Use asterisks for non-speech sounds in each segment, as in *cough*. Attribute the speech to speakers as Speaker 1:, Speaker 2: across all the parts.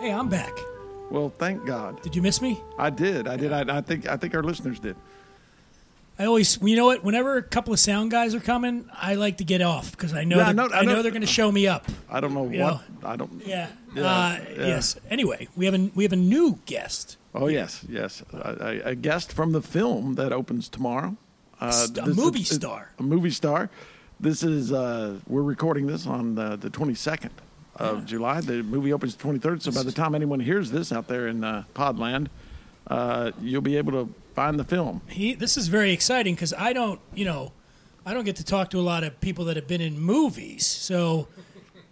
Speaker 1: Hey, I'm back.
Speaker 2: Well, thank God.
Speaker 1: Did you miss me?
Speaker 2: I did. I did. I, I think. I think our listeners did.
Speaker 1: I always, you know what? Whenever a couple of sound guys are coming, I like to get off because I know,
Speaker 2: Yeah, I
Speaker 1: they're,
Speaker 2: know- I
Speaker 1: I know
Speaker 2: know-
Speaker 1: they're going to show me up.
Speaker 2: I don't know
Speaker 1: You
Speaker 2: what. I don't.
Speaker 1: Yeah.
Speaker 2: Yeah,
Speaker 1: uh,
Speaker 2: yeah.
Speaker 1: Yes. Anyway, we have a we have a new guest.
Speaker 2: Oh yes, yes. A, a- a guest from the film that opens tomorrow. Uh,
Speaker 1: St- a
Speaker 2: this-
Speaker 1: movie
Speaker 2: it's-
Speaker 1: star.
Speaker 2: A movie star. This is. Uh, we're recording this on the, the 22nd of July. The movie opens the 23rd. So by the time anyone hears this out there in uh, Podland, uh, you'll be able to find the film.
Speaker 1: He. This is very exciting because I don't, you know, I don't get to talk to a lot of people that have been in movies. So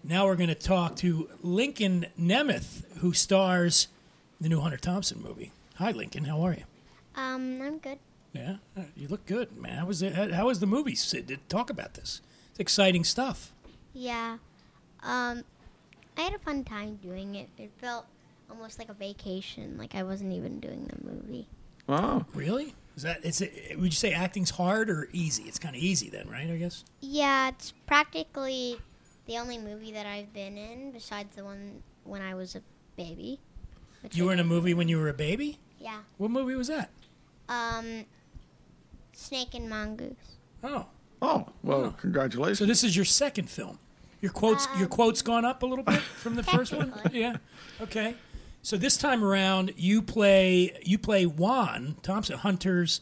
Speaker 1: now we're going to talk to Lincoln Nemeth, who stars in the new Hunter Thompson movie. Hi, Lincoln. How are you?
Speaker 3: Um, I'm good.
Speaker 1: Yeah, uh, you look good, man. How was it? How how was the movie? Sid? Did- Talk about this. It's exciting stuff.
Speaker 3: Yeah. Um, I had a fun time doing it. It felt almost like a vacation, like I wasn't even doing the movie.
Speaker 2: Oh,
Speaker 1: Really? Is that? It's. Would you say acting's hard or easy? It's kind of easy then, right? I guess.
Speaker 3: Yeah, it's practically the only movie that I've been in besides the one when I was a baby. which
Speaker 1: You
Speaker 3: I
Speaker 1: were in a
Speaker 3: don't-
Speaker 1: movie when you were a baby.
Speaker 3: Yeah.
Speaker 1: What movie was that?
Speaker 3: Um, Snake and Mongoose.
Speaker 1: Oh,
Speaker 2: oh. Well,
Speaker 1: so
Speaker 2: congratulations.
Speaker 1: this is your second film. Your quotes. your quotes gone up a little bit from the first one.
Speaker 3: Technically.
Speaker 1: Yeah. Okay. So this time around, you play you play Juan Thompson Hunter's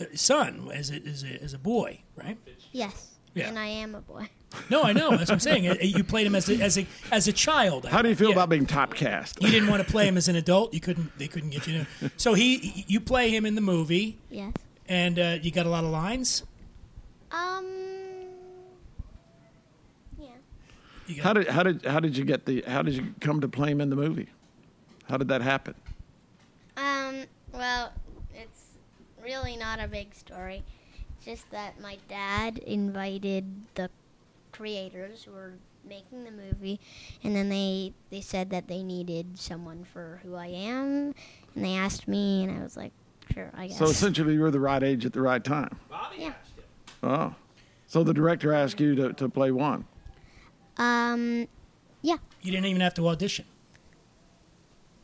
Speaker 1: uh, son as a, as a as a boy, right?
Speaker 3: Yes.
Speaker 1: Yeah.
Speaker 3: And I am a boy.
Speaker 1: No, I know. That's what I'm saying. Uh, You played him as a, as a as a child.
Speaker 2: How do you feel
Speaker 1: Yeah.
Speaker 2: about being typecast?
Speaker 1: you didn't want to play him as an adult. You couldn't. They couldn't get you. To, so he, you play him in the movie,
Speaker 3: Yes.
Speaker 1: and uh, you got a lot of lines.
Speaker 3: Um, yeah.
Speaker 1: You got,
Speaker 2: How did how did how did you get the how did you come to play him in the movie? How did that happen?
Speaker 3: Um, well, it's really not a big story. It's just that my dad invited the creators who were making the movie and then they they said that they needed someone for who I am and they asked me and I was like, sure, I guess.
Speaker 2: So essentially, you were the right age at the right time.
Speaker 3: yeah.
Speaker 2: Oh, so the director asked you to, to play Juan.
Speaker 3: Um, yeah.
Speaker 1: you didn't even have to audition.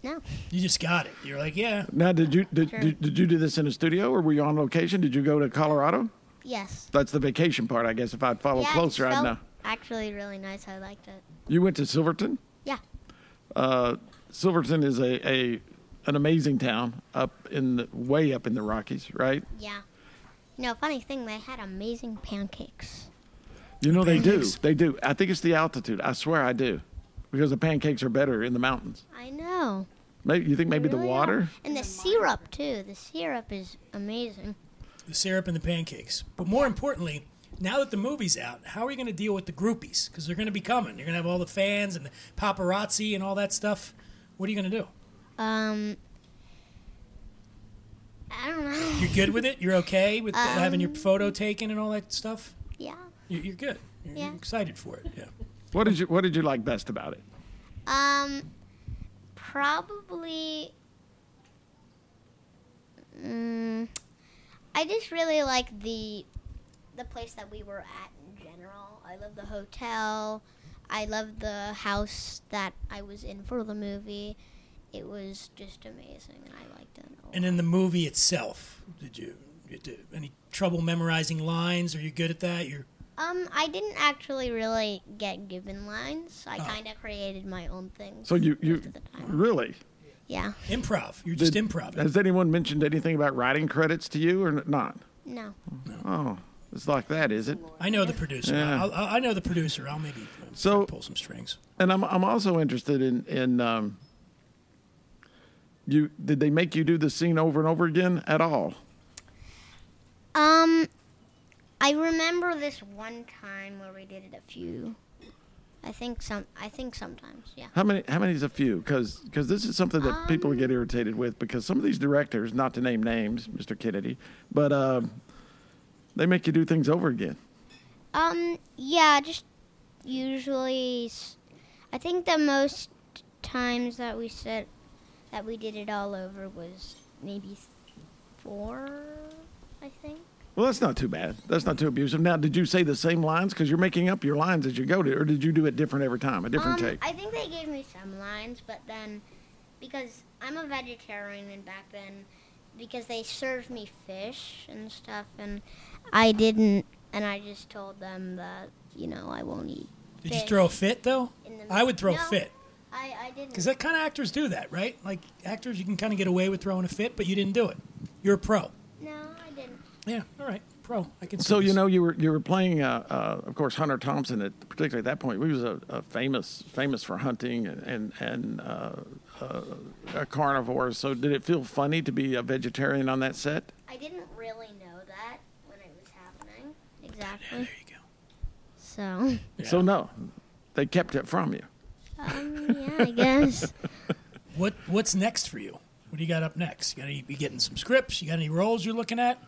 Speaker 3: No.
Speaker 1: You just got it. You're like, yeah.
Speaker 2: Now, did you did,
Speaker 3: Sure.
Speaker 2: did, did you do this in a studio, or were you on location? Did you go to Colorado?
Speaker 3: Yes.
Speaker 2: That's the vacation part, I guess. If I'd followed
Speaker 3: yeah, it
Speaker 2: closer, I'd
Speaker 3: felt
Speaker 2: know.
Speaker 3: Actually, really nice. I liked it.
Speaker 2: You went to Silverton.
Speaker 3: Yeah.
Speaker 2: Silverton is a, a an amazing town up in the, way up in the Rockies, right?
Speaker 3: Yeah. You know, funny thing, they had amazing pancakes.
Speaker 2: You know they do.
Speaker 1: Pancakes.
Speaker 2: They do. I think it's the altitude. I swear I do, because the pancakes are better in the mountains.
Speaker 3: I know.
Speaker 2: Maybe you think maybe the
Speaker 3: Really are.
Speaker 2: water.
Speaker 3: And the syrup too. The syrup is amazing.
Speaker 1: The syrup and the pancakes. But more importantly, now that the movie's out, how are you going to deal with the groupies? Because they're going to be coming. You're going to have all the fans and the paparazzi and all that stuff. What are you going to do?
Speaker 3: Um, I don't know. *laughs*
Speaker 1: You're good with it. You're okay with having your photo taken and all that stuff.
Speaker 3: Yeah.
Speaker 1: You're, you're good. You're, you're
Speaker 3: Yeah.
Speaker 1: excited for it. Yeah.
Speaker 2: What did you What did you like best about it?
Speaker 3: Um, probably. Mm, I just really like the the place that we were at in general. I love the hotel. I love the house that I was in for the movie. It was just amazing, and I liked it. a lot.
Speaker 1: And in the movie itself, did you, did you any trouble memorizing lines? Are you good at that? You're
Speaker 3: Um, I didn't actually really get given lines. I kind of created my own things.
Speaker 2: Oh. So you you
Speaker 3: most of the time.
Speaker 2: really
Speaker 3: Yeah.
Speaker 1: improv. You're just
Speaker 2: Did-
Speaker 1: improv.
Speaker 2: has anyone mentioned anything about writing credits to you or n- not?
Speaker 3: No.
Speaker 2: Oh, it's like that, is it?
Speaker 1: I know the producer.
Speaker 2: Yeah.
Speaker 1: I'll, I'll- I know the producer. I'll maybe um,
Speaker 2: So-
Speaker 1: pull some strings.
Speaker 2: And I'm I'm also interested in in um, you. Did they make you do the scene over and over again at all?
Speaker 3: Um, I remember this one time where we did it a few. I think some. I think sometimes. Yeah.
Speaker 2: How many? How many is a few? Because this is something that people get irritated with. Because some of these directors, not to name names, Mr. Kennedy, but um, they make you do things over again.
Speaker 3: Um. Yeah. Just usually. s- I think the most times that we said that we did it all over was maybe four. I think.
Speaker 2: Well, that's not too bad. That's not too abusive. Now, did you say the same lines? Because you're making up your lines as you go to, or did you do it different every time, a different
Speaker 3: Um,
Speaker 2: take?
Speaker 3: I think they gave me some lines, but then because I'm a vegetarian and back then because they served me fish and stuff and I didn't and I just told them that you know I won't eat.
Speaker 1: Did you
Speaker 3: fish
Speaker 1: throw a fit though?
Speaker 3: in the
Speaker 1: I would throw a
Speaker 3: No,
Speaker 1: fit
Speaker 3: I, I didn't.
Speaker 1: because that kind of actors do that, right? Like actors, you can kind of get away with throwing a fit, but you didn't do it. You're a pro.
Speaker 3: no, I didn't.
Speaker 1: Yeah, all right, pro. I can. see
Speaker 2: So you
Speaker 1: this.
Speaker 2: know you were you were playing, uh, uh, of course, Hunter Thompson. At particularly at that point, we was a, a famous famous for hunting and and, and uh, uh, a carnivore. So did it feel funny to be a vegetarian on that set?
Speaker 3: I didn't really know that when it was happening
Speaker 1: Yeah, there
Speaker 3: exactly.
Speaker 1: you go.
Speaker 3: So
Speaker 2: So
Speaker 1: Yeah.
Speaker 2: no, they kept it from you.
Speaker 3: um, yeah,
Speaker 1: *laughs*
Speaker 3: I guess.
Speaker 1: What What's next for you? What do you got up next? You got to be getting some scripts. You got any roles you're looking at?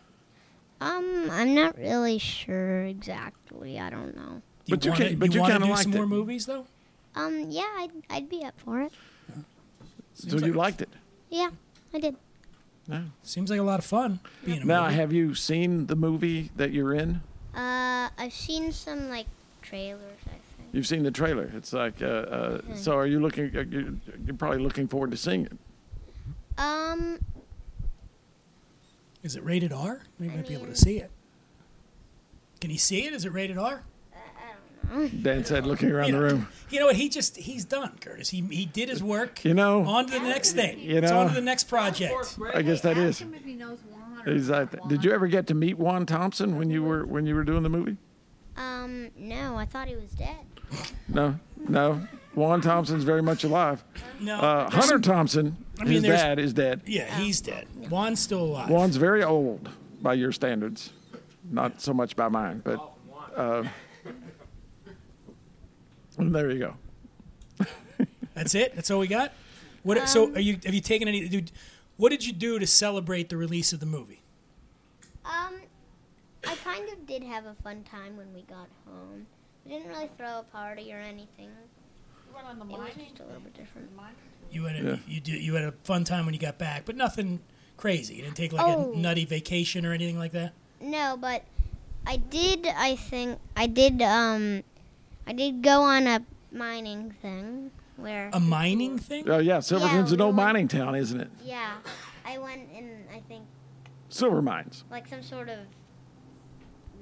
Speaker 3: Um, I'm not really sure exactly. I don't know.
Speaker 1: Do you
Speaker 2: But you
Speaker 1: wanna,
Speaker 2: can- but you
Speaker 1: you wanna
Speaker 2: kinda
Speaker 1: do
Speaker 2: liked
Speaker 1: some
Speaker 2: it.
Speaker 1: more movies though.
Speaker 3: Um, yeah, I'd I'd be up for it.
Speaker 1: Seems
Speaker 2: so you
Speaker 1: like-
Speaker 2: liked it.
Speaker 3: Yeah, I did.
Speaker 2: Yeah.
Speaker 1: Seems like a lot of fun being a
Speaker 2: Now,
Speaker 1: movie.
Speaker 2: have you seen the movie that you're in?
Speaker 3: Uh, I've seen some like trailers. I think.
Speaker 2: You've seen the trailer. It's like, uh, uh,
Speaker 1: Hmm.
Speaker 2: so are you looking? uh, You're, you're probably looking forward to seeing it.
Speaker 3: Um,
Speaker 1: Is it rated R? We might be able to
Speaker 3: mean-
Speaker 1: see it. Can he see it? Is it rated R?
Speaker 2: Dan said, looking around
Speaker 1: You
Speaker 2: the
Speaker 1: know,
Speaker 2: room.
Speaker 1: You know what? He just he's done, Curtis. He he did his work.
Speaker 2: You know-
Speaker 1: on to the next thing.
Speaker 2: You
Speaker 1: it's on
Speaker 2: know-
Speaker 1: to the next project.
Speaker 2: I guess that
Speaker 4: Ask
Speaker 2: is.
Speaker 4: him if he knows Juan or
Speaker 2: Exactly.
Speaker 4: not
Speaker 2: Did you
Speaker 4: Juan.
Speaker 2: ever get to meet Juan Thompson when you were when you were doing the movie?
Speaker 3: um, no, I thought he was dead.
Speaker 2: No, no. Juan Thompson's very much alive.
Speaker 1: No,
Speaker 2: Uh,
Speaker 1: there's
Speaker 2: Hunter
Speaker 1: some-
Speaker 2: Thompson,
Speaker 1: I mean,
Speaker 2: his
Speaker 1: there's-
Speaker 2: dad is dead.
Speaker 1: Yeah, he's dead. Juan's still alive.
Speaker 2: Juan's very old by your standards, not so much by mine, but. Uh, *laughs* and there you go.
Speaker 1: That's it. That's all we got. What? so are you? Have you taken any? Dude, what did you do to celebrate the release of the movie?
Speaker 3: Um, I kind of did have a fun time when we got home. We didn't really throw a party or anything.
Speaker 4: You went on the
Speaker 3: It was
Speaker 4: mining
Speaker 3: just a little bit different.
Speaker 4: mining
Speaker 1: You had a,
Speaker 2: Yeah.
Speaker 1: you did, you had a fun time when you got back, but nothing crazy. You didn't take like
Speaker 3: Oh.
Speaker 1: a nutty vacation or anything like that.
Speaker 3: No, but I did. I think I did. Um, I did go on a mining thing where.
Speaker 1: A mining thing.
Speaker 2: Oh yeah, Silverton's
Speaker 3: Yeah,
Speaker 2: an old
Speaker 3: we went-
Speaker 2: mining town, isn't it?
Speaker 3: yeah, I went in. I think
Speaker 2: Silver mines.
Speaker 3: like some sort of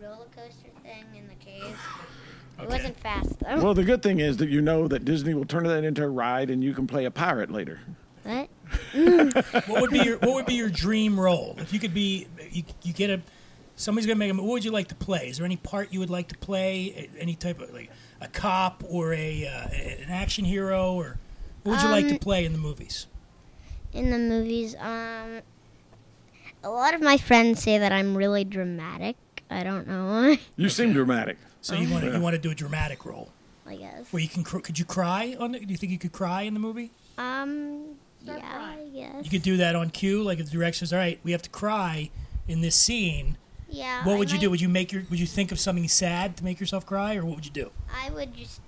Speaker 3: roller coaster thing in the
Speaker 1: *sighs*
Speaker 3: cave. It
Speaker 1: Okay.
Speaker 3: wasn't fast though.
Speaker 2: Well, the good thing is that you know that Disney will turn that into a ride, and you can play a pirate later.
Speaker 3: What?
Speaker 1: What would be your What would be your dream role if you could be? You, you get a somebody's gonna make a. What would you like to play? Is there any part you would like to play? A- Any type of like a cop or a uh, a- an action hero or what would you like to play in the movies?
Speaker 3: In the movies, um, a lot of my friends say that I'm really dramatic. I don't know why. *laughs*
Speaker 2: You seem dramatic.
Speaker 1: So you want to you want to do a dramatic role
Speaker 3: I guess.
Speaker 1: where you can cr- could you cry on it? Do you think you could cry in the movie?
Speaker 3: Um. Yeah, I
Speaker 4: crying.
Speaker 3: guess.
Speaker 1: You could do that on cue, like if the director says, "All right, we have to cry in this scene."
Speaker 3: Yeah.
Speaker 1: What
Speaker 3: I
Speaker 1: would you
Speaker 3: might-
Speaker 1: do? Would you make your Would you think of something sad to make yourself cry, or what would you do?
Speaker 3: I would just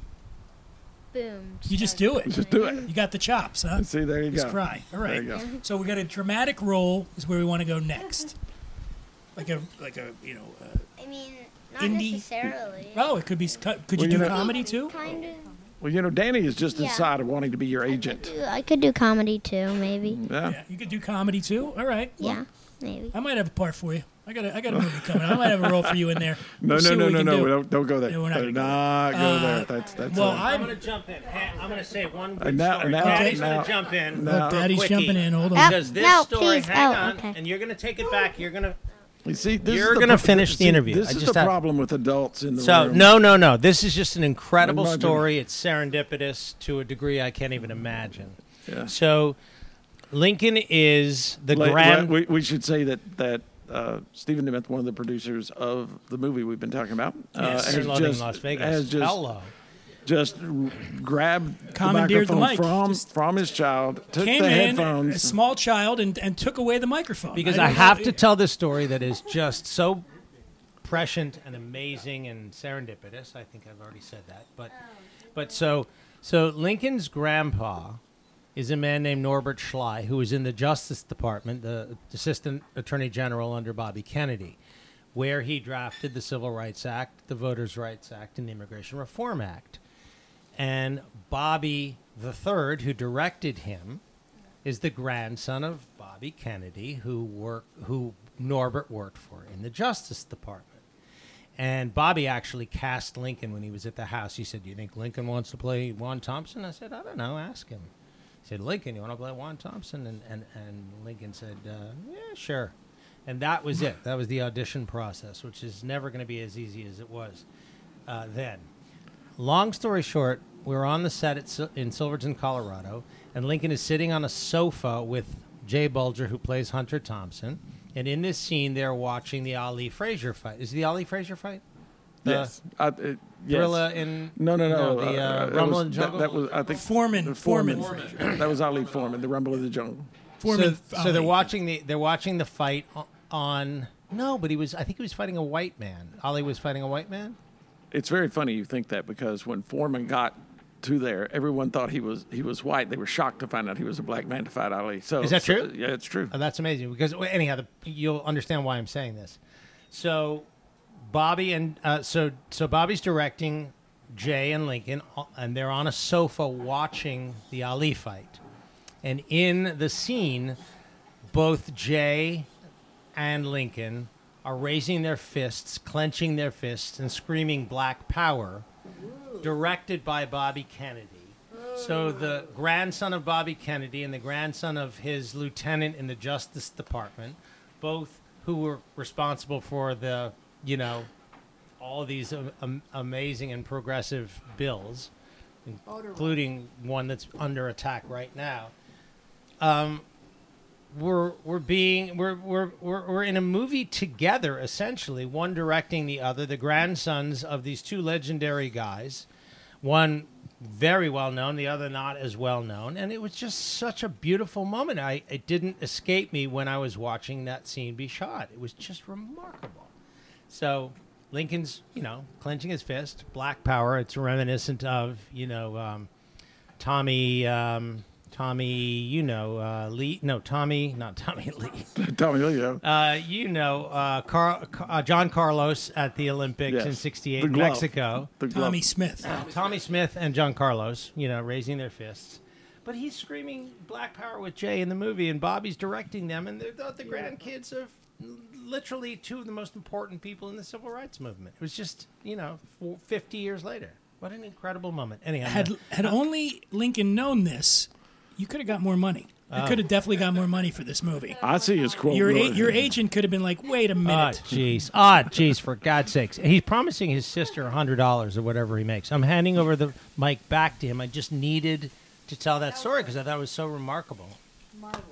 Speaker 3: boom.
Speaker 1: You just
Speaker 3: start
Speaker 1: do it.
Speaker 2: Just do it.
Speaker 1: You got the chops, huh?
Speaker 2: See, there you
Speaker 1: Just
Speaker 2: go.
Speaker 1: cry. All right.
Speaker 2: you go.
Speaker 1: So we got a dramatic role is where we want to go next. Like a like a you know. Uh,
Speaker 3: I mean, not
Speaker 1: Indie-
Speaker 3: necessarily.
Speaker 1: oh, it could be. Could you
Speaker 2: Well,
Speaker 1: do
Speaker 2: you know-
Speaker 1: comedy too?
Speaker 3: Kind of.
Speaker 2: Well, you know, Danny is just
Speaker 3: Yeah.
Speaker 2: inside of wanting to be your
Speaker 3: I could
Speaker 2: agent.
Speaker 3: do, I could do comedy too, maybe.
Speaker 2: Yeah.
Speaker 1: Yeah, you could do comedy too. All right. Well,
Speaker 3: Yeah, maybe.
Speaker 1: I might have a part for you. I got a, I got a
Speaker 2: *laughs*
Speaker 1: movie coming. I might have a role for you in there.
Speaker 2: No,
Speaker 1: We'll
Speaker 2: no,
Speaker 1: see
Speaker 2: no,
Speaker 1: what we
Speaker 2: no,
Speaker 1: can
Speaker 2: no.
Speaker 1: do.
Speaker 2: Don't, don't go there.
Speaker 1: Yeah, we're not
Speaker 2: do
Speaker 1: gonna go
Speaker 2: not go
Speaker 1: Uh,
Speaker 2: there. That's that's.
Speaker 1: Well,
Speaker 2: all.
Speaker 5: I'm
Speaker 1: I'm
Speaker 5: going to jump in. Pat, I'm going to say one good
Speaker 2: And now-
Speaker 5: story.
Speaker 2: and now-
Speaker 5: Daddy's
Speaker 2: now-
Speaker 5: going to jump in.
Speaker 2: now-
Speaker 1: Look, Daddy's
Speaker 5: Quickie.
Speaker 1: jumping in. Hold on.
Speaker 3: Yep.
Speaker 5: Because this
Speaker 3: No,
Speaker 5: story,
Speaker 3: please.
Speaker 5: hang
Speaker 3: Oh,
Speaker 5: on,
Speaker 3: okay.
Speaker 5: and you're going to take it back. You're going to.
Speaker 2: you see, this
Speaker 5: You're
Speaker 2: is the
Speaker 5: gonna
Speaker 2: pro-
Speaker 5: finish the
Speaker 2: see,
Speaker 5: interview.
Speaker 2: This
Speaker 5: I
Speaker 2: is
Speaker 5: just
Speaker 2: the
Speaker 5: have-
Speaker 2: problem with adults in the
Speaker 5: So
Speaker 2: room.
Speaker 5: no, no, no. This is just an incredible
Speaker 2: Imagine.
Speaker 5: story. It's serendipitous to a degree I can't even imagine.
Speaker 2: Yeah.
Speaker 5: So Lincoln is the
Speaker 2: Like,
Speaker 5: grand.
Speaker 2: we, we should say that that uh, Stephen DeMeth, one of the producers of the movie we've been talking about,
Speaker 5: Yes,
Speaker 2: uh,
Speaker 5: Fear
Speaker 2: has
Speaker 5: and Loathing in
Speaker 2: just-
Speaker 5: Las Vegas.
Speaker 2: has just
Speaker 5: Hello.
Speaker 2: just r- grabbed the
Speaker 1: Commandeered the
Speaker 2: microphone
Speaker 1: mic.
Speaker 2: from
Speaker 1: Just-
Speaker 2: from his child, took
Speaker 1: Came
Speaker 2: the
Speaker 1: in, a
Speaker 2: headphones.
Speaker 1: small child, and, and took away the microphone.
Speaker 5: because
Speaker 1: don't
Speaker 5: I have
Speaker 1: know-
Speaker 5: to tell this story that is just so prescient and amazing and serendipitous. I think I've already said that, but but so so Lincoln's grandpa is a man named Norbert Schley who was in the Justice Department, the Assistant Attorney General under Bobby Kennedy, where he drafted the Civil Rights Act, the Voters' Rights Act, and the Immigration Reform Act. And Bobby the Third, who directed him, is the grandson of Bobby Kennedy, who work who Norbert worked for in the Justice Department. And Bobby actually cast Lincoln when he was at the house. He said, "Do you think Lincoln wants to play Juan Thompson?" I said, "I don't know. Ask him." He said, "Lincoln, you want to play Juan Thompson?" And and, and Lincoln said, uh, "Yeah, sure." And that was it. That was the audition process, which is never going to be as easy as it was uh, then. Long story short, we were on the set at, Sil- in Silverton, Colorado, and Lincoln is sitting on a sofa with Jay Bulger, who plays Hunter Thompson. And in this scene, they're watching the Ali Frazier fight. Is it the Ali Frazier fight? The
Speaker 2: yes. I, it, yes.
Speaker 5: Thrilla in
Speaker 2: No, no, no.
Speaker 5: the uh,
Speaker 2: that
Speaker 5: Rumble
Speaker 2: was-
Speaker 5: in the Jungle.
Speaker 2: That, that was, I think,
Speaker 1: Foreman, Foreman, Foreman.
Speaker 2: that was Ali Foreman, *coughs* the Rumble in the Jungle.
Speaker 1: Foreman
Speaker 5: so, so they're
Speaker 1: Ali.
Speaker 5: watching the they're watching the fight o- on. No, but he was. I think he was fighting a white man. Ali was fighting a white man.
Speaker 2: It's very funny you think that because when Foreman got to there, everyone thought he was he was white. They were shocked to find out he was a black man to fight Ali. So
Speaker 5: Is that
Speaker 2: so-
Speaker 5: true?
Speaker 2: yeah, it's true.
Speaker 5: Oh, that's amazing because well, anyhow, the, you'll understand why I'm saying this. So, Bobby and uh, so so Bobby's directing Jay and Lincoln, uh, and they're on a sofa watching the Ali fight. And in the scene, both Jay and Lincoln are raising their fists, clenching their fists, and screaming "Black Power," directed by Bobby Kennedy. So the grandson of Bobby Kennedy and the grandson of his lieutenant in the Justice Department, both who were responsible for the, you know, all these um, um, amazing and progressive bills, including one that's under attack right now. Um, we're we're being we're, we're we're we're in a movie together essentially, one directing the other, the grandsons of these two legendary guys one very well known, the other not as well known, and it was just such a beautiful moment. I it didn't escape me when I was watching that scene be shot. It was just remarkable. So Lincoln's, you know, clenching his fist, black power. It's reminiscent of you know um, Tommy. Um, Tommy, you know uh, Lee. No, Tommy, not Tommy *laughs* Lee.
Speaker 2: *laughs* Tommy Lee, yeah.
Speaker 5: Uh, you know uh, Car- uh, John Carlos at the Olympics
Speaker 2: Yes.
Speaker 5: in '68
Speaker 2: The
Speaker 5: in
Speaker 2: glove.
Speaker 5: Mexico.
Speaker 2: The glove.
Speaker 1: Tommy Smith.
Speaker 5: Tommy Smith and John Carlos, you know, raising their fists. But he's screaming Black Power with Jay in the movie, and Bobby's directing them, and they're the, the grandkids of literally two of the most important people in the civil rights movement. It was just, you know, four, 50 years later. What an incredible moment. Anyhow,
Speaker 1: Had had only Lincoln known this, you could have got more money. You could have definitely got more money for this movie.
Speaker 2: Oh. I see his quote.
Speaker 1: Your a-
Speaker 2: really-
Speaker 1: your agent could have been like, "Wait a
Speaker 5: ah,
Speaker 1: minute,
Speaker 5: jeez. Ah, jeez, for God's sakes. He's promising his sister $100 or whatever he makes. I'm handing over the mic back to him. I just needed to tell that story because I thought it was so remarkable.
Speaker 4: Marvelous.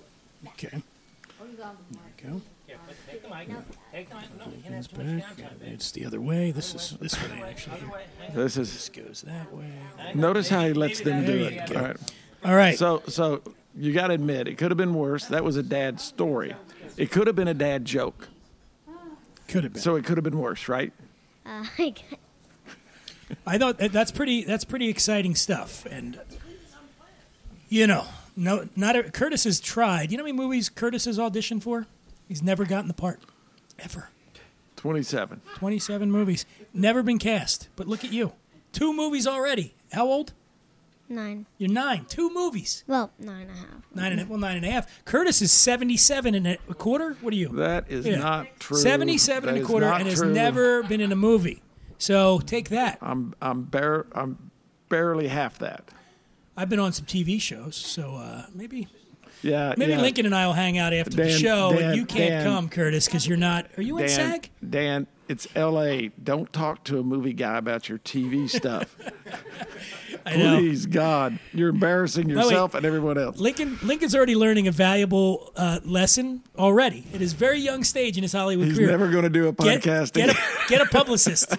Speaker 1: okay,
Speaker 4: Are you gone with Mark?
Speaker 1: go
Speaker 5: Yeah, but take the mic. Take the mic. No, you can't have too much
Speaker 1: back.
Speaker 5: downtime.
Speaker 1: It's the other way. This is this way actually.
Speaker 5: Otherwise-
Speaker 2: This is.
Speaker 1: This goes that way.
Speaker 2: Notice how he lets them do
Speaker 1: There
Speaker 2: it.
Speaker 1: you go.
Speaker 2: All right.
Speaker 1: All right.
Speaker 2: So, so you got to admit, it could have been worse. That was a dad story. It could have been a dad joke.
Speaker 1: could have been.
Speaker 2: So it could have been worse, right?
Speaker 3: Uh, *laughs* I got-
Speaker 1: I thought that- that's pretty. That's pretty exciting stuff. And you know, no, not a, Curtis has tried. You know how many movies Curtis has auditioned for? He's never gotten the part, ever.
Speaker 2: 27.
Speaker 1: Twenty-seven movies, never been cast. But look at you, two movies already. How old?
Speaker 3: nine.
Speaker 1: You're nine. Two movies.
Speaker 3: Well, nine and a half.
Speaker 1: Nine and a, well, nine and a half. Curtis is seventy-seven and a a quarter. What are you?
Speaker 2: That is
Speaker 1: Yeah.
Speaker 2: not true.
Speaker 1: Seventy-seven
Speaker 2: That
Speaker 1: and a
Speaker 2: is
Speaker 1: quarter,
Speaker 2: not
Speaker 1: and has
Speaker 2: true.
Speaker 1: never been in a movie. So take that.
Speaker 2: I'm, I'm, bar- I'm barely half that.
Speaker 1: I've been on some TV shows, so uh, maybe
Speaker 2: Yeah.
Speaker 1: Maybe
Speaker 2: yeah.
Speaker 1: Lincoln and I will hang out after the
Speaker 2: Dan-
Speaker 1: show,
Speaker 2: Dan-
Speaker 1: and you can't
Speaker 2: Dan-
Speaker 1: come, Curtis, because you're not. Are you in
Speaker 2: Dan,
Speaker 1: SAG?
Speaker 2: Dan, it's L.A. Don't talk to a movie guy about
Speaker 1: *laughs*
Speaker 2: your TV stuff.
Speaker 1: I know.
Speaker 2: Please, God. You're embarrassing
Speaker 1: wait.
Speaker 2: yourself and everyone else.
Speaker 1: Lincoln Lincoln's already learning a valuable uh, lesson already at his very young stage in his Hollywood
Speaker 2: He's
Speaker 1: career.
Speaker 2: never going to do a
Speaker 1: get,
Speaker 2: podcast
Speaker 1: get, a,
Speaker 2: again. *laughs*
Speaker 1: get a publicist.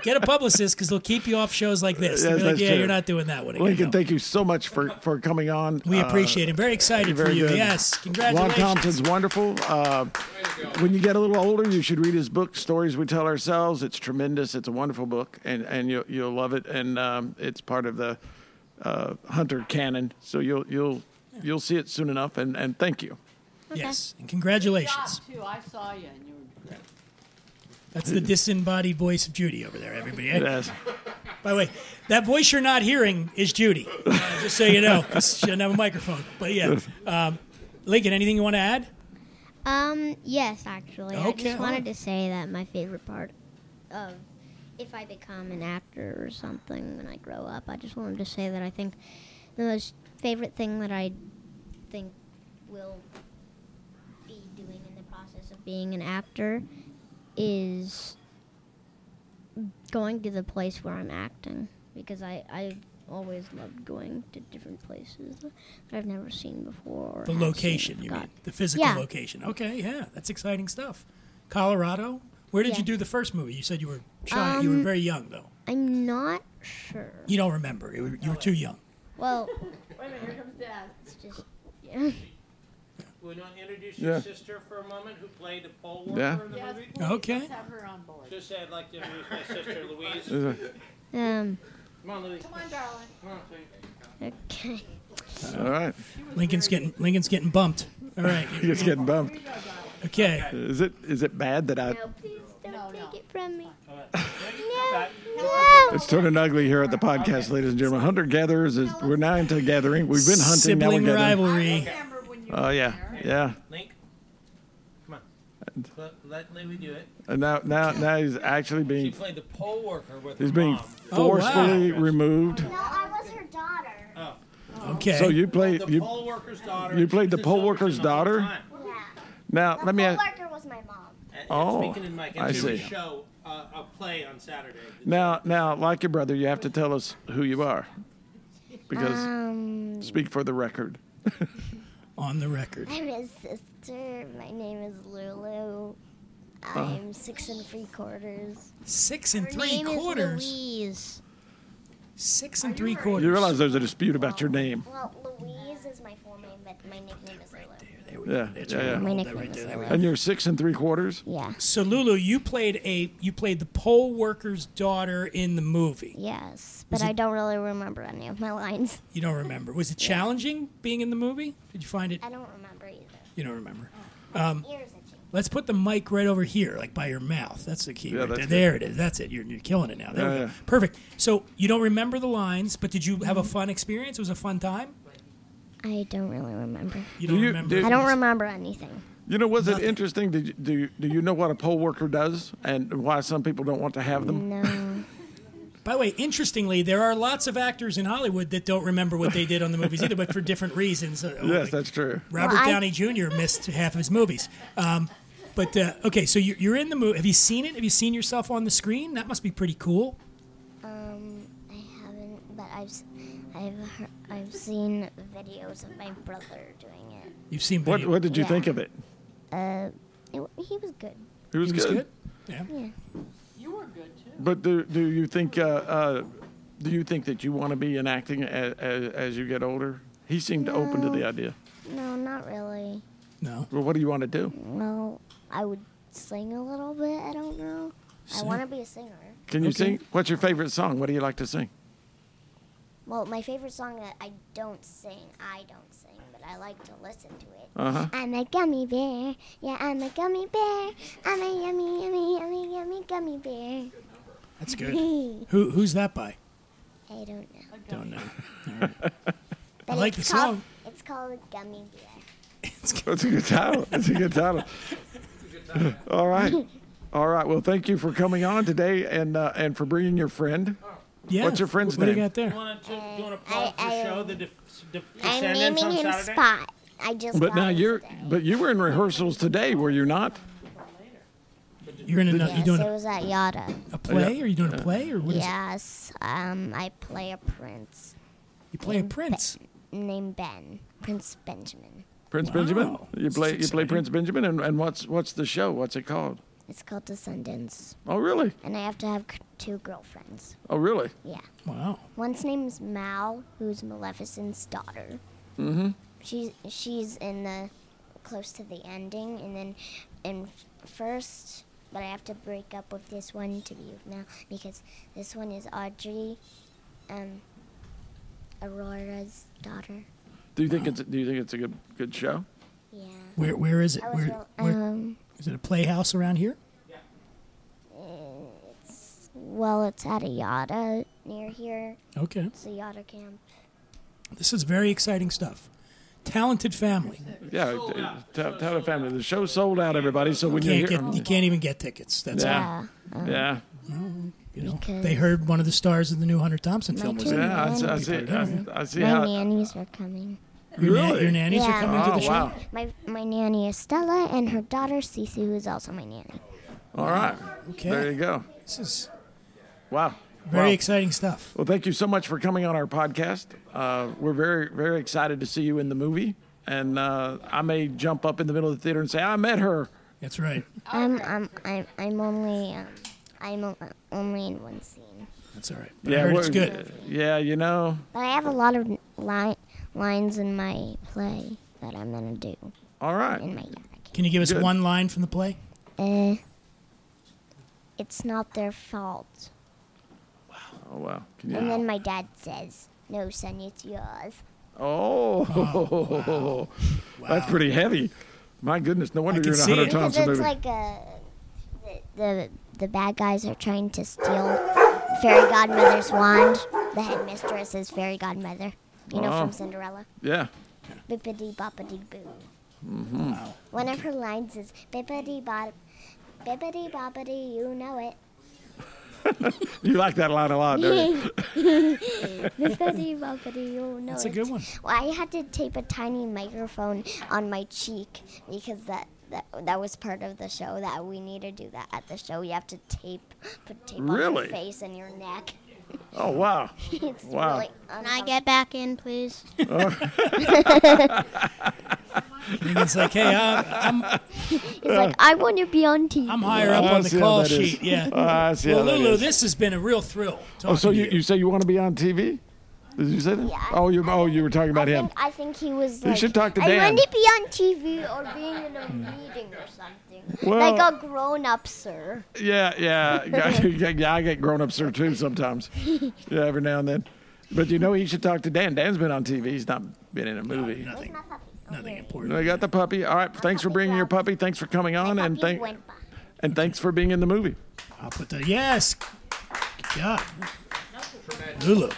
Speaker 1: get a publicist because they'll keep you off shows like this. They'll
Speaker 2: Yes,
Speaker 1: be like,
Speaker 2: that's
Speaker 1: yeah,
Speaker 2: true.
Speaker 1: you're not doing that one again. *laughs*
Speaker 2: Lincoln,
Speaker 1: no."
Speaker 2: thank you so much for, for coming on.
Speaker 1: we
Speaker 2: Uh,
Speaker 1: appreciate it. Very excited for
Speaker 2: very
Speaker 1: you.
Speaker 2: good.
Speaker 1: uh, Yes,
Speaker 2: Lon
Speaker 1: congratulations.
Speaker 2: Thompson's wonderful. Uh, when you get a little older, you should read his book, Stories We Tell Ourselves. It's tremendous. It's a wonderful book, and, and you'll, you'll love it. And um, it's part of the uh, Hunter canon, so you'll you'll you'll see it soon enough. And, and thank you.
Speaker 1: Yes, and
Speaker 4: Good job,
Speaker 1: congratulations.
Speaker 4: too. I saw you and you were
Speaker 1: That's the disembodied voice of Judy over there, everybody.
Speaker 2: Yes.
Speaker 1: By the way, that voice you're not hearing is Judy. Uh, just so you know, 'cause she doesn't have a microphone. But yeah, um, Lincoln, anything you want to add?
Speaker 6: Um, yes, actually. I
Speaker 1: Okay,
Speaker 6: just wanted
Speaker 1: alright.
Speaker 6: to say that my favorite part of if I become an actor or something when I grow up, I just wanted to say that I think the most favorite thing that I think will be doing in the process of being an actor is going to the place where I'm acting because I I've always loved going to different places that I've never seen before. or
Speaker 1: The
Speaker 6: have seen
Speaker 1: location, you
Speaker 6: before.
Speaker 1: mean the physical
Speaker 6: Yeah.
Speaker 1: location? Okay, yeah, that's exciting stuff. Colorado. Where did
Speaker 6: Yeah. Um,
Speaker 1: you do the first movie? You said you were shy. you were very young, though.
Speaker 6: I'm not sure.
Speaker 1: You don't remember. You were, you were too young.
Speaker 6: Well,
Speaker 4: *laughs* Wait a minute, here comes Dad.
Speaker 6: it's just yeah.
Speaker 5: We want to introduce
Speaker 2: your Yeah.
Speaker 5: sister for a moment, who played the poll
Speaker 2: worker Yeah. in
Speaker 4: Yes, please,
Speaker 1: Okay.
Speaker 4: let's have her on board.
Speaker 5: Just say I'd like to introduce my sister Louise.
Speaker 2: Uh,
Speaker 6: Um.
Speaker 5: Come on, Louise.
Speaker 4: Come on, darling.
Speaker 6: Okay.
Speaker 2: all right.
Speaker 1: Lincoln's getting Lincoln's getting bumped. All right.
Speaker 2: It's getting bumped.
Speaker 4: Here you go, darling.
Speaker 2: *laughs*
Speaker 1: Okay.
Speaker 2: Is it is it bad that
Speaker 3: Uh,
Speaker 2: I?
Speaker 6: No, please don't
Speaker 4: No,
Speaker 6: take
Speaker 4: no.
Speaker 6: it from me.
Speaker 5: Back.
Speaker 6: No.
Speaker 2: It's turning ugly here at the podcast, ladies and gentlemen. Hunter gatherers is we're now into gathering. We've been hunting. now we're
Speaker 1: Sibling
Speaker 2: gathering.
Speaker 1: rivalry.
Speaker 4: I remember when you
Speaker 2: Oh
Speaker 4: were
Speaker 2: yeah,
Speaker 4: there.
Speaker 2: yeah.
Speaker 5: Link. Come on. Let, let Louie do it.
Speaker 2: And now now now he's actually
Speaker 5: She
Speaker 2: being
Speaker 5: played the poll worker with
Speaker 2: he's
Speaker 5: her
Speaker 2: being
Speaker 5: mom.
Speaker 1: Oh, wow.
Speaker 2: forcefully removed.
Speaker 3: No, I was her daughter.
Speaker 4: Uh,
Speaker 5: Oh,
Speaker 1: Okay.
Speaker 2: So you play
Speaker 5: the
Speaker 2: you
Speaker 5: poll worker's daughter.
Speaker 2: you played
Speaker 5: She's
Speaker 2: the
Speaker 5: a
Speaker 2: poll
Speaker 5: soldier
Speaker 2: worker's
Speaker 5: the whole
Speaker 2: daughter?
Speaker 5: time.
Speaker 3: Yeah.
Speaker 2: now let me
Speaker 3: The
Speaker 2: ask,
Speaker 3: coworker was my mom.
Speaker 5: And- and
Speaker 2: Oh,
Speaker 5: speaking in mic, and
Speaker 2: I
Speaker 5: do a
Speaker 2: see.
Speaker 5: show uh, a play on Saturday.
Speaker 2: now now like your brother you have to tell us who you are because
Speaker 6: Um.
Speaker 2: speak for the record.
Speaker 1: on the record.
Speaker 3: I'm his sister. My name is Lulu. I'm six and three quarters.
Speaker 1: Six and
Speaker 6: Her
Speaker 1: three
Speaker 6: name
Speaker 1: quarters.
Speaker 6: Is Louise.
Speaker 1: Six and three
Speaker 2: You
Speaker 1: quarters.
Speaker 2: realize there's a dispute about your name.
Speaker 3: Well, Louise is my full name, but my nickname is Lulu.
Speaker 1: There we
Speaker 2: Yeah,
Speaker 1: go. That's
Speaker 2: yeah,
Speaker 1: right.
Speaker 2: yeah.
Speaker 1: Hold
Speaker 6: My nickname
Speaker 1: that right there.
Speaker 6: is
Speaker 1: There we go.
Speaker 6: Lulu.
Speaker 2: And you're six and three quarters.
Speaker 3: Yeah.
Speaker 1: So Lulu, you played a you played the poll worker's daughter in the movie.
Speaker 3: Yes,
Speaker 1: Was
Speaker 3: but I
Speaker 1: it-
Speaker 3: don't really remember any of my lines.
Speaker 1: You don't remember. Was it challenging being in the movie? Did you find it
Speaker 3: I don't remember either.
Speaker 1: you don't remember.
Speaker 3: Ears itching.
Speaker 1: Let's put the mic right over here, like by your mouth. That's the key.
Speaker 2: Yeah,
Speaker 1: right
Speaker 2: that's
Speaker 1: there.
Speaker 2: good.
Speaker 1: there it is. That's it. You're, you're killing it now. There we
Speaker 2: Yeah,
Speaker 1: go.
Speaker 2: yeah.
Speaker 1: Perfect. So you don't remember the lines, but did you have a fun experience? It was a fun time.
Speaker 3: I don't really remember.
Speaker 1: You don't
Speaker 2: you-
Speaker 1: remember.
Speaker 2: do-
Speaker 3: I don't remember anything.
Speaker 2: You know, was it
Speaker 1: Nothing.
Speaker 2: interesting? Did you, do you, do you know what a poll worker does and why some people don't want to have them?
Speaker 3: No.
Speaker 1: By the way, interestingly, there are lots of actors in Hollywood that don't remember what they did on the movies either, but for different reasons. Uh,
Speaker 2: Yes,
Speaker 1: like
Speaker 2: that's true.
Speaker 1: Robert
Speaker 3: Well, I-
Speaker 1: Downey Jr. missed half of his movies. Um, but uh, okay, so you- you're in the movie. Have you seen it? Have you seen yourself on the screen? That must be pretty cool.
Speaker 3: Um, I haven't, but I've, s- I've, heard, I've seen videos of my brother doing it.
Speaker 1: You've seen
Speaker 2: What
Speaker 1: video.
Speaker 2: What did you
Speaker 3: Yeah.
Speaker 2: think of it?
Speaker 3: Uh, it, w- he was good.
Speaker 2: It was,
Speaker 1: It was
Speaker 2: good.
Speaker 1: good. Yeah.
Speaker 4: You were good, too.
Speaker 2: But do do you think uh, uh, do you think that you want to be in acting as, as, as you get older? He seemed open to the idea.
Speaker 3: No, not really.
Speaker 1: No.
Speaker 2: Well, what do you want to do?
Speaker 3: Well, I would sing a little bit. I don't know. I
Speaker 1: Sing.
Speaker 3: want to be a singer.
Speaker 2: Can you
Speaker 1: Okay.
Speaker 2: sing? What's your favorite song? What do you like to sing?
Speaker 3: Well, my favorite song that I don't sing, I don't sing, but I like to listen to it.
Speaker 2: Uh-huh.
Speaker 3: I'm a gummy bear. Yeah, I'm a gummy bear. I'm a yummy, yummy, yummy, yummy gummy bear. *laughs*
Speaker 1: That's good. Who Who's that by?
Speaker 3: I don't know.
Speaker 1: Don't know. All right. I
Speaker 3: But
Speaker 1: like the
Speaker 3: it's called-
Speaker 1: song.
Speaker 3: It's called Gummy Bear.
Speaker 1: It's good.
Speaker 2: That's a good title. That's a
Speaker 1: *laughs*
Speaker 2: good title. All right. All right. Well, thank you for coming on today and uh, and for bringing your friend.
Speaker 1: Yeah.
Speaker 2: What's your friend's
Speaker 1: what, What do
Speaker 2: name?
Speaker 1: you got
Speaker 5: You
Speaker 1: there?
Speaker 5: want to do an
Speaker 3: I-
Speaker 5: applause for
Speaker 3: I-
Speaker 5: show the def- def-
Speaker 3: I'm
Speaker 5: Descendants
Speaker 3: naming
Speaker 5: on
Speaker 3: him
Speaker 5: Saturday?
Speaker 3: Spot. I just
Speaker 2: But
Speaker 3: got
Speaker 2: now
Speaker 3: him
Speaker 2: you're
Speaker 3: today.
Speaker 2: but you were in rehearsals today, were you not?
Speaker 1: You're in another.
Speaker 3: Yes,
Speaker 1: you doing
Speaker 3: it
Speaker 1: a,
Speaker 3: was at Yada.
Speaker 1: a play? Are you doing a play or what is it?
Speaker 3: Yes, um, I play a prince
Speaker 1: You play a prince.
Speaker 3: named Ben, Prince Benjamin.
Speaker 2: Prince
Speaker 1: Wow.
Speaker 2: Benjamin. You
Speaker 1: This is
Speaker 2: play you play
Speaker 1: exciting.
Speaker 2: Prince Benjamin and, and what's what's the show? What's it called?
Speaker 3: It's called Descendants,
Speaker 2: Oh really?
Speaker 3: and I have to have c- two girlfriends.
Speaker 2: Oh really?
Speaker 3: Yeah,
Speaker 1: Wow.
Speaker 3: one's name's Mal, who's Maleficent's daughter. Mm-hmm. She's she's in the close to the ending, and then in f- first, but I have to break up with this one to be with Mal because this one is Audrey, um, Aurora's daughter.
Speaker 2: Do you think it's do you think it's a good good show?
Speaker 3: Yeah.
Speaker 1: Where Where is it?
Speaker 3: I was
Speaker 1: Where,
Speaker 3: real-
Speaker 1: where
Speaker 3: um,
Speaker 1: is it? A playhouse around here?
Speaker 3: Well, it's at a yada near here.
Speaker 1: Okay.
Speaker 3: It's a yachter camp.
Speaker 1: This is very exciting stuff. Talented family.
Speaker 2: Yeah, tell, tell the family the show sold out, everybody. So when you
Speaker 1: Can't
Speaker 2: hear,
Speaker 1: get, you can't even get tickets. That's
Speaker 2: Yeah.
Speaker 1: yeah.
Speaker 3: Yeah.
Speaker 2: yeah,
Speaker 1: you know.
Speaker 3: Because-
Speaker 1: They heard one of the stars of the new Hunter Thompson film was
Speaker 3: two-
Speaker 1: in it.
Speaker 2: yeah, I see, I see, I, I see
Speaker 3: my
Speaker 2: how.
Speaker 3: nannies are coming.
Speaker 1: Your, na-
Speaker 2: Really?
Speaker 1: your nannies are
Speaker 3: Yeah.
Speaker 1: coming to
Speaker 2: Oh
Speaker 1: the show.
Speaker 2: wow!
Speaker 3: My my nanny is Stella and her daughter Cece, who is also my nanny.
Speaker 2: All right,
Speaker 1: Okay.
Speaker 2: there you go.
Speaker 1: This is
Speaker 2: Wow,
Speaker 1: very
Speaker 2: Wow.
Speaker 1: exciting stuff.
Speaker 2: Well, thank you so much for coming on our podcast. Uh, we're very, very excited to see you in the movie. And uh, I may jump up in the middle of the theater and say, I met her.
Speaker 1: That's right.
Speaker 2: Oh,
Speaker 3: I'm um I'm I'm only um I'm o- only in one scene,
Speaker 1: That's all right. But I heard
Speaker 2: we're-
Speaker 1: it's good.
Speaker 2: Yeah, you know.
Speaker 3: but I have a lot of li- lines in my play that I'm gonna do
Speaker 2: All
Speaker 3: in
Speaker 2: right.
Speaker 3: my yacht. camp.
Speaker 1: Can you give us
Speaker 2: Good.
Speaker 1: one line from the play?
Speaker 3: Uh, it's not their fault.
Speaker 2: Oh, wow. Can
Speaker 3: And
Speaker 2: you,
Speaker 3: then my dad says, "No, son, it's yours."
Speaker 2: oh, *laughs* that's pretty heavy. My goodness, no wonder
Speaker 1: I
Speaker 2: you're
Speaker 1: can
Speaker 2: in a
Speaker 1: see
Speaker 2: Hunter
Speaker 1: it.
Speaker 3: Because
Speaker 2: Thompson
Speaker 3: it's
Speaker 2: movie.
Speaker 3: like a the, the the bad guys are trying to steal fairy godmother's wand. The headmistress is fairy godmother. You know
Speaker 2: Oh.
Speaker 3: from Cinderella.
Speaker 2: yeah.
Speaker 3: Bippity boppity boo.
Speaker 2: Mm-hmm.
Speaker 3: One of her lines is bippity bop, bippity boppity. You know it.
Speaker 2: You like that line a lot, don't you?
Speaker 3: bippity boppity. You know
Speaker 1: That's
Speaker 3: it.
Speaker 1: a good one.
Speaker 3: *laughs* Well, I had to tape a tiny microphone on my cheek because that, that that was part of the show that we need to do that at the show. You have to tape, put tape on
Speaker 2: Really?
Speaker 3: your face and your neck. *laughs*
Speaker 1: *laughs*
Speaker 2: Oh, wow.
Speaker 3: it's
Speaker 2: Wow.
Speaker 3: really
Speaker 4: Can I get back in, please?
Speaker 1: And it's like, hey, I'm, I'm,
Speaker 3: He's
Speaker 2: Uh.
Speaker 3: like, I want to be on TV.
Speaker 1: I'm higher up
Speaker 2: Oh, I
Speaker 1: on the
Speaker 2: see how
Speaker 1: call
Speaker 2: that is.
Speaker 1: sheet.
Speaker 2: *laughs*
Speaker 1: Yeah.
Speaker 2: Ah, I see
Speaker 1: well,
Speaker 2: how that
Speaker 1: Lulu,
Speaker 2: is.
Speaker 1: this has been a real thrill.
Speaker 2: Oh, so
Speaker 1: talking to
Speaker 2: you, you say you want to be on TV? Did you say that?
Speaker 3: Yeah.
Speaker 2: Oh, you oh you were talking
Speaker 3: I
Speaker 2: about him.
Speaker 3: think, I think he was like,
Speaker 2: should talk to
Speaker 3: I
Speaker 2: Dan."
Speaker 3: want to be on TV or being
Speaker 2: *laughs*
Speaker 3: in a meeting or something.
Speaker 2: Well-
Speaker 3: like a grown up, sir.
Speaker 2: Yeah, yeah, yeah, yeah. I get grown ups there too sometimes. Yeah, every now and then. But you know, he should talk to Dan. Dan's been on TV. He's not been in a movie.
Speaker 1: Nothing, nothing important.
Speaker 2: I got the puppy. All right. Thanks for bringing your puppy. Thanks for coming on, and
Speaker 3: Puppy
Speaker 2: thank
Speaker 3: went by.
Speaker 2: and thanks for being in the movie.
Speaker 1: I'll put the yes. Good job. Lulu.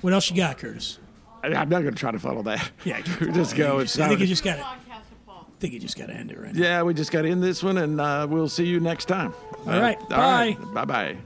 Speaker 1: What else you got, Curtis?
Speaker 2: I, I'm not going to try to follow that.
Speaker 1: Yeah,
Speaker 2: *laughs* we just go. It's
Speaker 1: I
Speaker 2: not,
Speaker 1: think you just got to.
Speaker 7: Podcast of Paul.
Speaker 1: Think you just got to end it right now.
Speaker 2: yeah, we just got in this one, and uh, we'll see you next time.
Speaker 1: All right,
Speaker 2: All right. Bye bye.